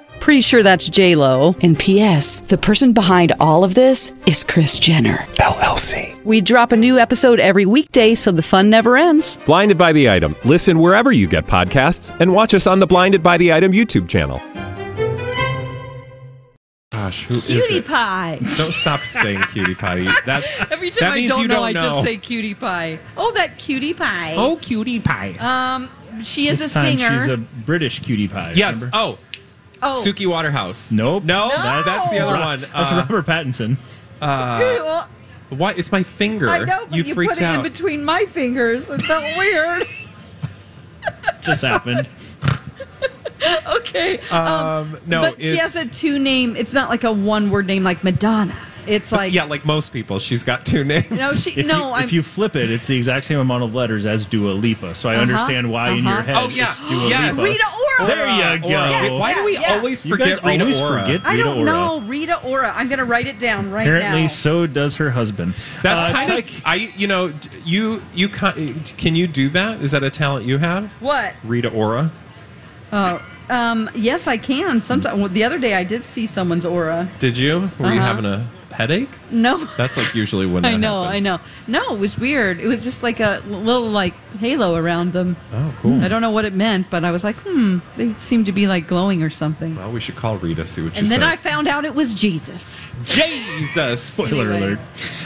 Pretty sure that's J Lo. And P.S. The person behind all of this is Chris Jenner.
LLC.
We drop a new episode every weekday, so the fun never ends.
Blinded by the Item. Listen wherever you get podcasts and watch us on the Blinded by the Item YouTube channel.
gosh, who is
Cutie
it?
pie.
Don't stop saying cutie pie. That's
Every time
that
I
means
don't
you
know,
don't
I just
know.
say cutie pie. Oh, that cutie pie.
Oh, cutie pie.
Um, she is
this
a
time
singer.
she's a British cutie pie.
yes.
remember?
Oh,
oh,
Suki Waterhouse.
Nope.
No,
No.
Oh, That's, the other
Ro-
one.
That's
Uh,
Robert Pattinson.
Uh, well,
Why? It's my finger.
I know, but you,
freaked
put it
out.
in between my fingers. It felt weird.
Just happened.
okay.
Um, no,
but she
it's-
has a two name. It's not like a one word name like Madonna. It's like
yeah, like most people, she's got two names.
no, she
If,
no.
you,
I'm
if you flip it, it's the exact same amount of letters as Dua Lipa. So I understand why in your
uh-huh.
head
Oh, yeah.
it's Dua
Yes.
Lipa.
Rita Ora.
There you go.
Ora. Wait, Why do we
Yeah, yeah.
always
You
forget
guys
Rita
always
Ora?
forget
I
Rita
don't
Ora.
know Rita Ora. I'm gonna write it down right
Apparently,
now.
so does her husband.
That's
Uh,
kind
Taika-
of I. You know, d- you you can, can you do that? Is that a talent you have?
what?
Rita Ora.
Oh, um, yes, I can. Sometimes well, the other day I did see someone's aura.
Did you? Were you having a headache?
No.
That's like usually when
I
that
know, I know. No, it was weird. It was just like a little like halo around them.
Oh, cool.
I don't know what it meant, but I was like, hmm, they seem to be like glowing or something.
Well, we should call Rita see what she
and then I
says.
found out it was Jesus.
Jesus,
Spoiler alert.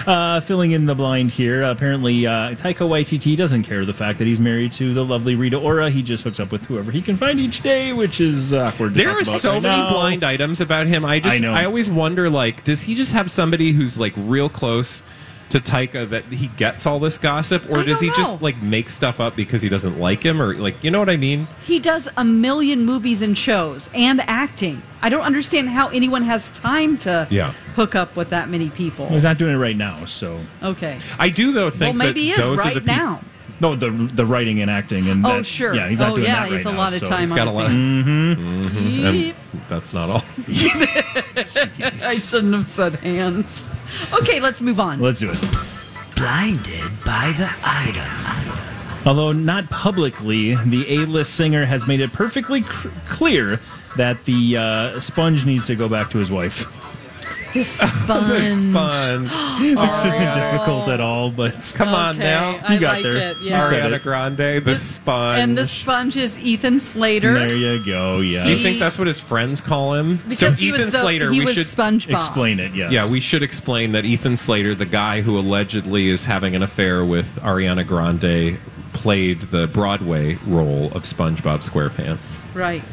Uh, filling in the blind here. apparently, uh, Taika Waititi doesn't care the fact that he's married to the lovely Rita Ora. He just hooks up with whoever he can find each day, which is awkward. to
There
talk
are
about
so
right
many
now.
blind items about him. I just
I
I,
know.
always wonder like does he just have somebody who's like real close to Taika that he gets all this gossip or
I
does
don't
he
know.
just like make stuff up because he doesn't like him or like you know what I mean?
He does a million movies and shows and acting. I don't understand how anyone has time to
Yeah.
hook up with that many people.
Well, He's not doing it right now, so.
Okay.
I do though think
well, maybe he
that
is
those
right
are the peop-
now.
No, the the writing and acting and
Oh,
that-
sure.
yeah, he's not
Oh,
doing
yeah,
that
he's a
right now,
lot of
so-
time
He's got a lot.
Mhm.
Mhm. And
Yep.
that's not all.
I shouldn't have said hands. Okay, let's move on.
Let's do it.
Blinded by the item.
Although not publicly, the A-list singer has made it perfectly cr- clear that the uh, sponge needs to go back to his wife.
This sponge.
Fun.
Oh,
Which isn't difficult at all, but
Come on
Okay,
now.
I
You got
like
there.
it,
You
yeah.
said
Ariana
it.
Grande, the sponge.
And the sponge is Ethan Slater.
There you go. Yeah.
do you think that's what his friends call him?
Because he
Ethan
was the,
Slater,
he
we
was
should
SpongeBob.
explain it? Yes.
Yeah, we should explain that Ethan Slater, the guy who allegedly is having an affair with Ariana Grande, played the Broadway role of SpongeBob SquarePants.
Right.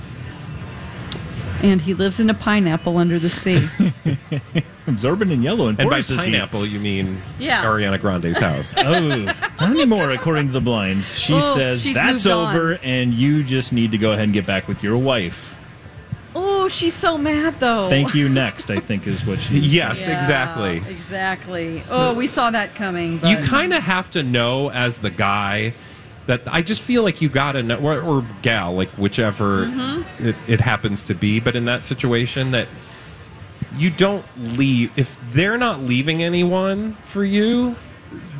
And he lives in a pineapple under the sea.
absorbent and yellow and,
And by
porous is he.
pineapple, you mean
Yeah.
Ariana Grande's house.
Oh, not anymore, according to the blinds. She
Oh,
says
she's
that's
moved on.
over, and you just need to go ahead and get back with your wife.
oh, she's so mad though.
Thank you. Next, I think is what she.
yes,
Yeah,
exactly.
Exactly. Oh, we saw that coming.
You
But
kind of have to know as the guy that I just feel like you got to know, or, or gal, like whichever
Mm-hmm.
it, it happens to be, but in that situation that you don't leave if they're not leaving anyone for you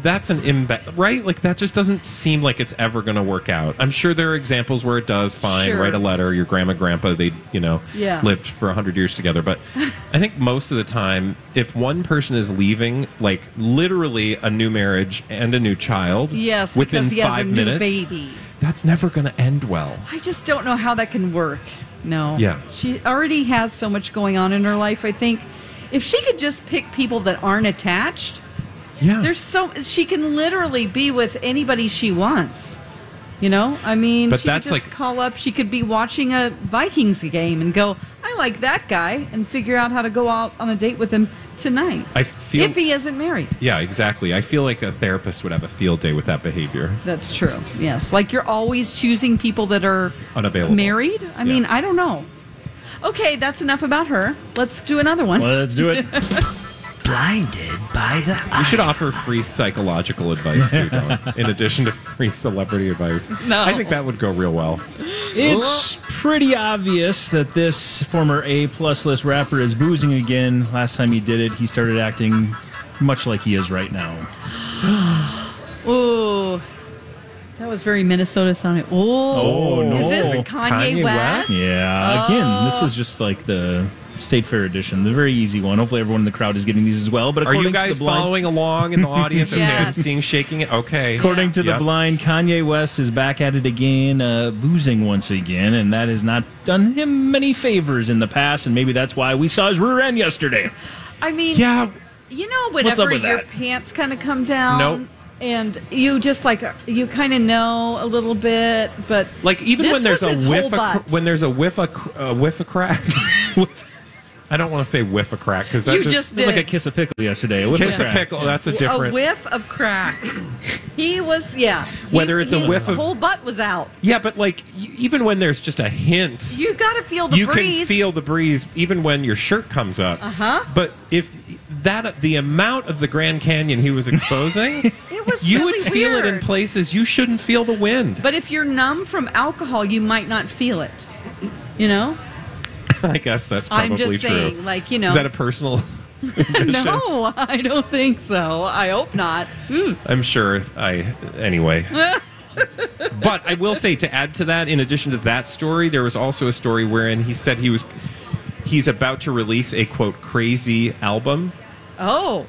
that's an imbalance right like that just doesn't seem like it's ever going to work out i'm sure there are examples where it does fine
Sure.
write a letter your grandma grandpa they you know
Yeah.
lived for 100 years together but i think most of the time if one person is leaving like literally a new marriage and a new child
Yes,
within
because he has
five
a new
minutes
baby.
that's never going to end well
I just don't know how that can work. No.
Yeah.
She already has so much going on in her life. I think if she could just pick people that aren't attached,
yeah
there's so she can literally be with anybody she wants. You know, I mean,
But
she could
that's
just
like-
call up. She could be watching a Vikings game and go, "I like that guy," and figure out how to go out on a date with him tonight.
I feel-
if he isn't married.
yeah exactly i feel like a therapist would have a field day with that behavior
That's true. Yes, like you're always choosing people that are
Unavailable.
married. I mean, I don't know. Okay, that's enough about her. Let's do another one.
Let's do it.
Blinded by the
You should
item.
offer free psychological advice too, Don, in addition to free celebrity advice.
No.
I think that would go real well.
It's pretty obvious that this former A plus list rapper is boozing again. Last time he did it, he started acting much like he is right now.
Ooh, that was very Minnesota sounding. Ooh,
Oh, no.
is this Kanye,
Kanye
West? Oh.
West?
Yeah. Again, this is just like the State Fair edition, the very easy one. Hopefully, everyone in the crowd is getting these as well. But
Are you
according
guys
to the blind,
following along in the audience? Okay, I'm
Yes.
seeing shaking. it. Okay.
According to
Yeah.
the blind, Kanye West is back at it again, uh, boozing once again, and that has not done him many favors in the past. And maybe that's why we saw his rear end yesterday.
I mean,
Yeah.
you know,
What's up
whenever
with
your
that?
pants kind of come down,
Nope.
and you just like you kind of know a little bit, but
Like even
this
when there's
was his
a
whole
whiff, a,
butt.
cr- when there's a whiff, a, cr- a whiff, a crack. I don't want to say whiff a crack because that
You
just,
just
It was like
did.
a kiss of pickle yesterday. With
kiss
the
a
crack.
pickle. That's a different.
a whiff of crack. He was, yeah. He-
Whether it's a
his
whiff of-
whole butt was out.
Yeah, but like y- even when there's just a hint,
You got to feel the
you
breeze.
can feel the breeze even when your shirt comes up.
Uh-huh.
But if that the amount of the Grand Canyon he was exposing,
It was
you
really
would feel it in
weird.
places you shouldn't feel the wind.
But if you're numb from alcohol, you might not feel it. You know?
I guess that's probably
I'm just
true.
saying, like, you know.
Is that a personal?
no, I don't think so. I hope not. Mm.
I'm sure I anyway. but I will say to add to that, in addition to that story, there was also a story wherein he said he was he's about to release a quote crazy album.
Oh,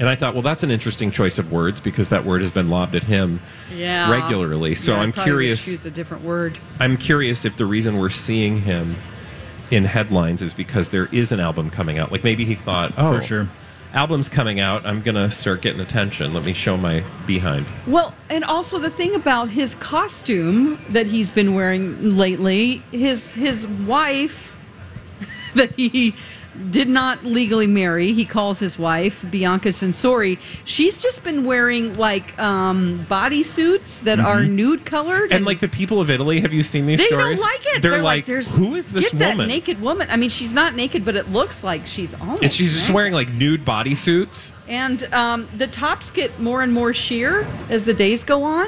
And I thought, well, that's an interesting choice of words because that word has been lobbed at him
yeah.
regularly. So
Yeah, I
I'm
probably would
curious.
Choose a different word.
I'm curious if the reason we're seeing him in headlines is because there is an album coming out. Like maybe he thought, oh,
For sure.
album's coming out. I'm gonna start getting attention. Let me show my behind.
Well, and also the thing about his costume that he's been wearing lately, his his wife that he did not legally marry, he calls his wife Bianca Sensori. She's just been wearing like um bodysuits that are
Mhm.
nude colored
And like the people of Italy, have you seen these
they
stories?
don't like it.
They're, like,
there's,
who is this
get That
woman?
naked woman. I mean, she's not naked, but it looks like she's almost.
And she's just
naked.
wearing like nude bodysuits.
And um, the tops get more and more sheer as the days go on.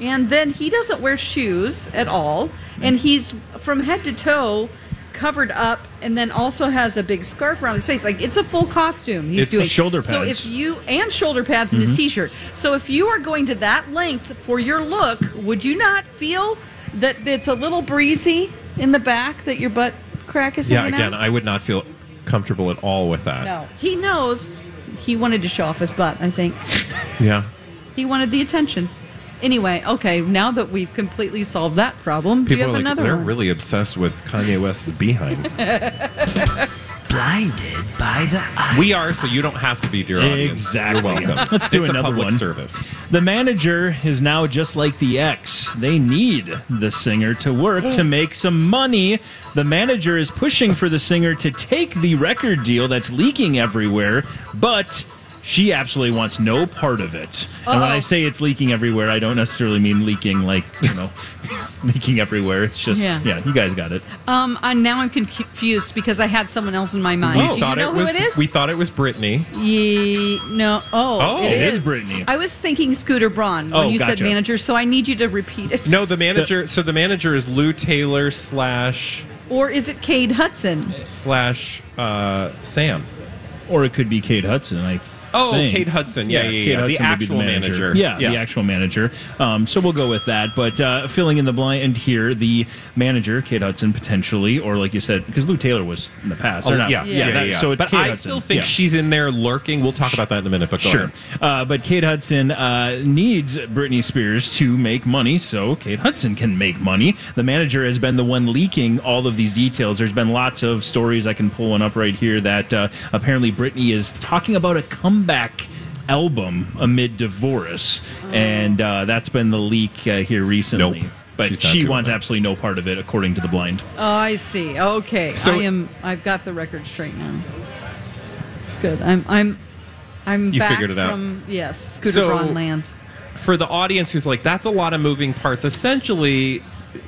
And then he doesn't wear shoes at all. And he's from head to toe covered up and then also has a big scarf around his face. Like it's a full costume. He's
It's
doing
shoulder
So if
pads.
you and shoulder pads in
Mhm.
his t-shirt. So if you are going to that length for your look, would you not feel that it's a little breezy in the back that your butt crack is
Yeah,
hanging
again,
out?
I would not feel comfortable at all with that.
No, he knows. He wanted to show off his butt. I think
Yeah.
he wanted the attention. Anyway, okay. Now that we've completely solved that problem, do you
People
have
are like,
another
they're
one?
really obsessed with Kanye West's behind.
Blinded by the
we are, so you don't have to be, dear audience.
Exactly.
You're welcome.
Let's do
it's
another
a public
one.
service.
The manager is now just like the ex. They need the singer to work to make some money. The manager is pushing for the singer to take the record deal that's leaking everywhere, but she absolutely wants no part of it. And when
Uh-oh.
I say it's leaking everywhere, I don't necessarily mean leaking like, you know, leaking everywhere. It's just,
Yeah.
yeah, you guys got it.
Um, I'm now I'm confused because I had someone else in my mind. do you know who
was,
it is?
We thought it was Britney.
Ye- no. Oh,
Oh, it is Britney.
I was thinking Scooter Braun when
Oh,
you said
gotcha.
manager, so I need you to repeat it.
No, the manager. so the manager is Lou Taylor slash
Or is it Cade Hudson?
slash uh, Sam.
Or it could be Kate Hudson. I
Oh,
think.
Kate Hudson. Yeah, yeah, yeah.
Kate
The
Hudson would be
actual manager.
Yeah,
Yeah.
the actual manager. Um, so we'll go with that. But uh, filling in the blind here, the manager, Kate Hudson, potentially, or like you said, because Lou Taylor was in the past.
Oh,
They're not-
yeah, yeah,
that-
yeah.
So it's
But
Kate
I
Hudson.
still think
Yeah.
she's in there lurking. We'll talk about that in a minute. But go
Sure.
ahead.
Uh, but Kate Hudson uh, needs Britney Spears to make money so Kate Hudson can make money. The manager has been the one leaking all of these details. There's been lots of stories. I can pull one up right here that uh, apparently Britney is talking about a comeback album amid divorce. And uh, that's been the leak uh, here recently. But
She's not
she
doing
wants absolutely no part of it, according to The Blind.
Oh, I see. Okay,
So-
I am. I've got the record straight now. It's good. I'm. I'm. I'm.
You
back
figured it out.
From, yes, Scooter
So-
Braun land.
for the audience who's like, that's a lot of moving parts. Essentially,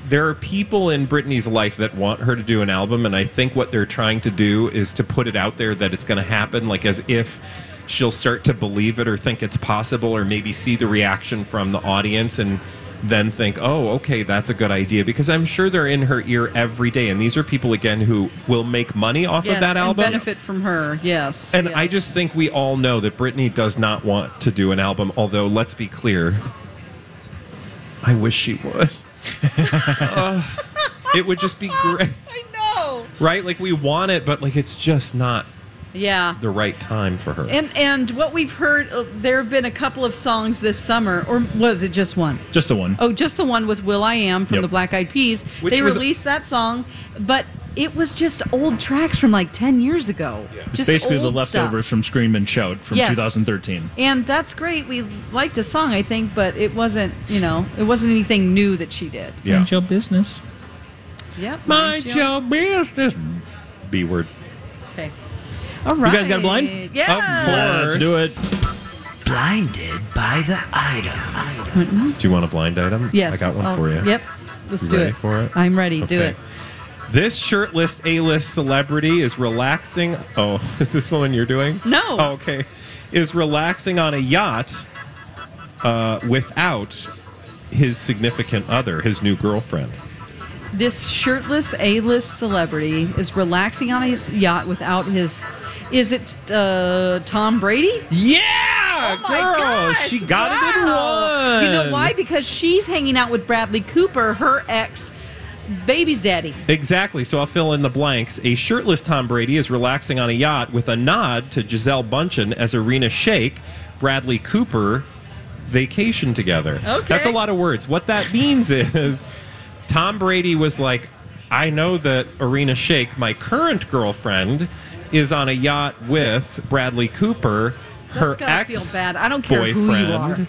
there are people in Britney's life that want her to do an album, and I think what they're trying to do is to put it out there that it's going to happen, like as if she'll start to believe it or think it's possible, or maybe see the reaction from the audience and then think, oh, okay, that's a good idea. Because I'm sure they're in her ear every day, and these are people, again, who will make money off
yes,
of that album.
and benefit from her. Yes,
And
yes.
I just think we all know that Britney does not want to do an album, although, let's be clear, I wish she would. Uh, it would just be great,
I know.
right? Like, we want it, but, like, it's just not
Yeah.
the right time for her.
And and what we've heard, uh, there have been a couple of songs this summer, or was it just one?
Just the one.
Oh, just the one with Will I Am from
Yep.
the Black Eyed Peas.
Which
they
was-
released that song, but it was just old tracks from like ten years ago.
It's
Just
basically the
old stuff.
leftovers from Scream and Shout from
Yes.
2013.
And that's great. We liked the song, I think, but it wasn't, you know, it wasn't anything new that she did.
Yeah.
Mind your business.
Yep.
Mind your business. B word.
Okay. All right.
You guys got a blind? Oh,
Yeah.
Let's do it.
blinded by the item.
Do you want a blind item?
Yes.
I got one
Oh,
for you.
Yep. Let's
You
do
ready
it.
for it?
I'm ready. Do
Okay.
it.
This shirtless A-list celebrity is relaxing. Oh, is this one you're doing?
No.
Oh, okay. Is relaxing on a yacht uh, without his significant other, his new girlfriend.
This shirtless A-list celebrity is relaxing on his yacht without his. Is it uh, Tom Brady?
Yeah,
oh my
girl,
gosh,
she got it in
wow.
one.
You know why? Because she's hanging out with Bradley Cooper, her ex baby's daddy.
Exactly. So I'll fill in the blanks. A shirtless Tom Brady is relaxing on a yacht with a nod to Giselle Bundchen as Arena Shake, Bradley Cooper vacation together.
Okay.
That's a lot of words. What that means is Tom Brady was like, I know that Arena Shake, my current girlfriend, is on a yacht with Bradley Cooper, her
That's gotta feel
ex
bad. I don't care who you are.
boyfriend.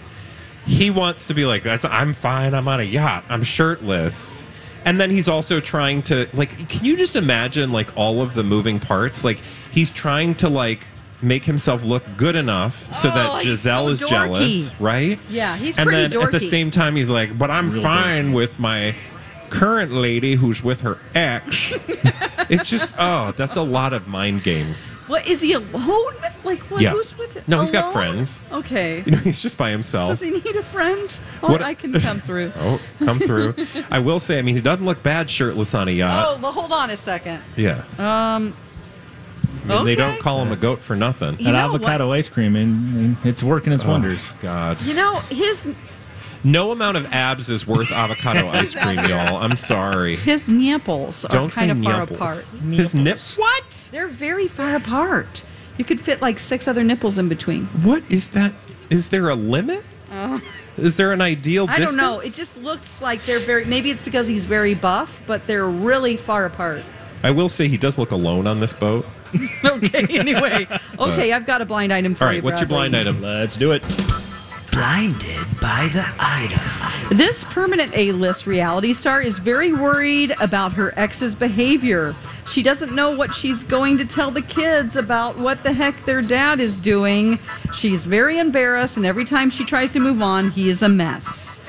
He wants to be like, That's, I'm fine. I'm on a yacht. I'm shirtless. And then he's also trying to like can you just imagine like all of the moving parts? Like he's trying to like make himself look good enough so
Oh,
that
he's
Giselle
so
is jealous,
dorky.
right?
Yeah, he's
and
pretty
then at the
dorky.
same time he's like, But I'm
Real
fine with my current lady who's with her ex. it's just oh, that's a lot of mind games.
What is he alone? Like what?
Yeah.
Who's with him?
No, he's got
Alone?
friends.
Okay.
You know, he's just by himself.
Does he need a friend? Oh,
What-
I can come through.
Oh, come through. I will say, I mean, he doesn't look bad shirtless on a yacht.
oh, well, hold on a second.
Yeah.
Um,
I mean, They don't
Oh, Okay.
call him a goat for nothing.
You
that
know what?
avocado ice cream, and, and it's working its
Oh,
wonders.
God.
you know his
No amount of abs is worth avocado ice cream, y'all. I'm sorry.
his nipples are
Don't say
kind of far
nipples.
apart.
His nips. What?
They're very far apart. You could fit like six other nipples in between.
What is that? Is there a limit? Is there an ideal
Oh. I
distance?
don't know. It just looks like they're very. Maybe it's because he's very buff, but they're really far apart.
I will say he does look alone on this boat.
okay. Anyway. Okay. I've got a blind item for
All right,
you.
what's your
Bradley.
blind item?
Let's do it.
Blinded by the item.
This permanent A list reality star is very worried about her ex's behavior. She doesn't know what she's going to tell the kids about what the heck their dad is doing. She's very embarrassed, and every time she tries to move on, he is a mess.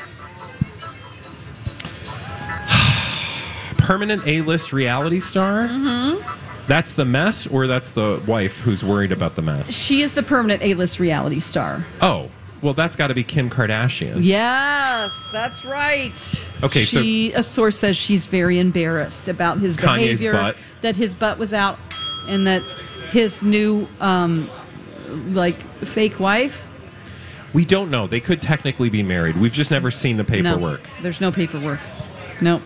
Permanent A-list reality star. Mm-hmm. That's the mess, or that's the wife who's worried about the mess.
She is the permanent A list reality star.
Oh, well, that's got to be Kim Kardashian.
Yes, that's right.
Okay, so-
she, a source says she's very embarrassed about his
Kanye's
behavior,
butt.
that his butt was out, and that his new um, like fake wife.
We don't know. They could technically be married. We've just never seen the paperwork.
No, there's no paperwork. No.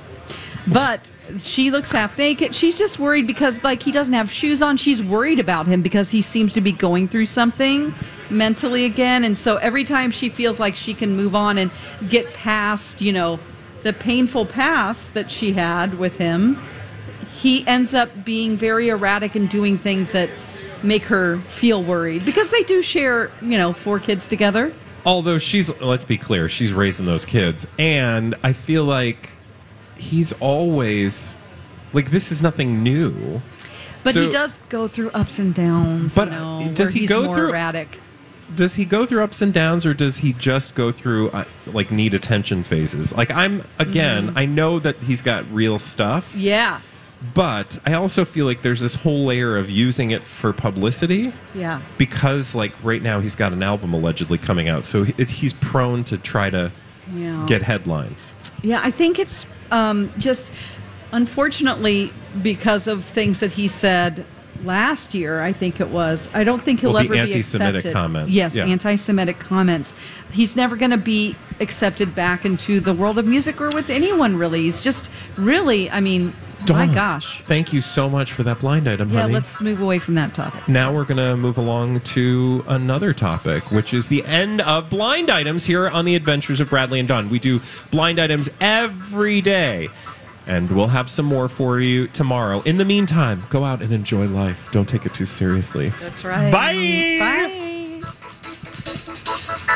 But she looks half naked. She's just worried because like he doesn't have shoes on. She's worried about him because he seems to be going through something mentally again. And so every time she feels like she can move on and get past, you know, the painful past that she had with him, he ends up being very erratic and doing things that make her feel worried because they do share, you know, four kids together.
Although she's, let's be clear, she's raising those kids. And I feel like he's always, like, this is nothing new.
But he
So-
does go through ups and downs.
But,
you know,
uh,
where
does he
he's
go
more
through-
erratic?
Does he go through ups and downs or does he just go through, uh, like, need attention phases? Like, I'm, again, I know that he's got real stuff,
Mm-hmm. Yeah,
but I also feel like there's this whole layer of using it for publicity.
yeah.
Because, like, right now he's got an album allegedly coming out. So he, he's prone to try to
Yeah.
get headlines.
Yeah, I think it's um, just unfortunately because of things that he said last year. I think it was. I don't think he'll
Well, the
ever be
anti-Semitic
accepted.
comments,
Yes,
yeah.
anti-Semitic comments. He's never going to be accepted back into the world of music or with anyone really. He's just really. I mean, my
Dawn,
gosh.
Thank you so much for that blind item,
Yeah,
honey.
let's move away from that topic.
now we're going to move along to another topic, which is the end of blind items here on the Adventures of Bradley and Don. We do blind items every day, and we'll have some more for you tomorrow. In the meantime, go out and enjoy life. Don't take it too seriously.
That's right.
Bye.
Bye.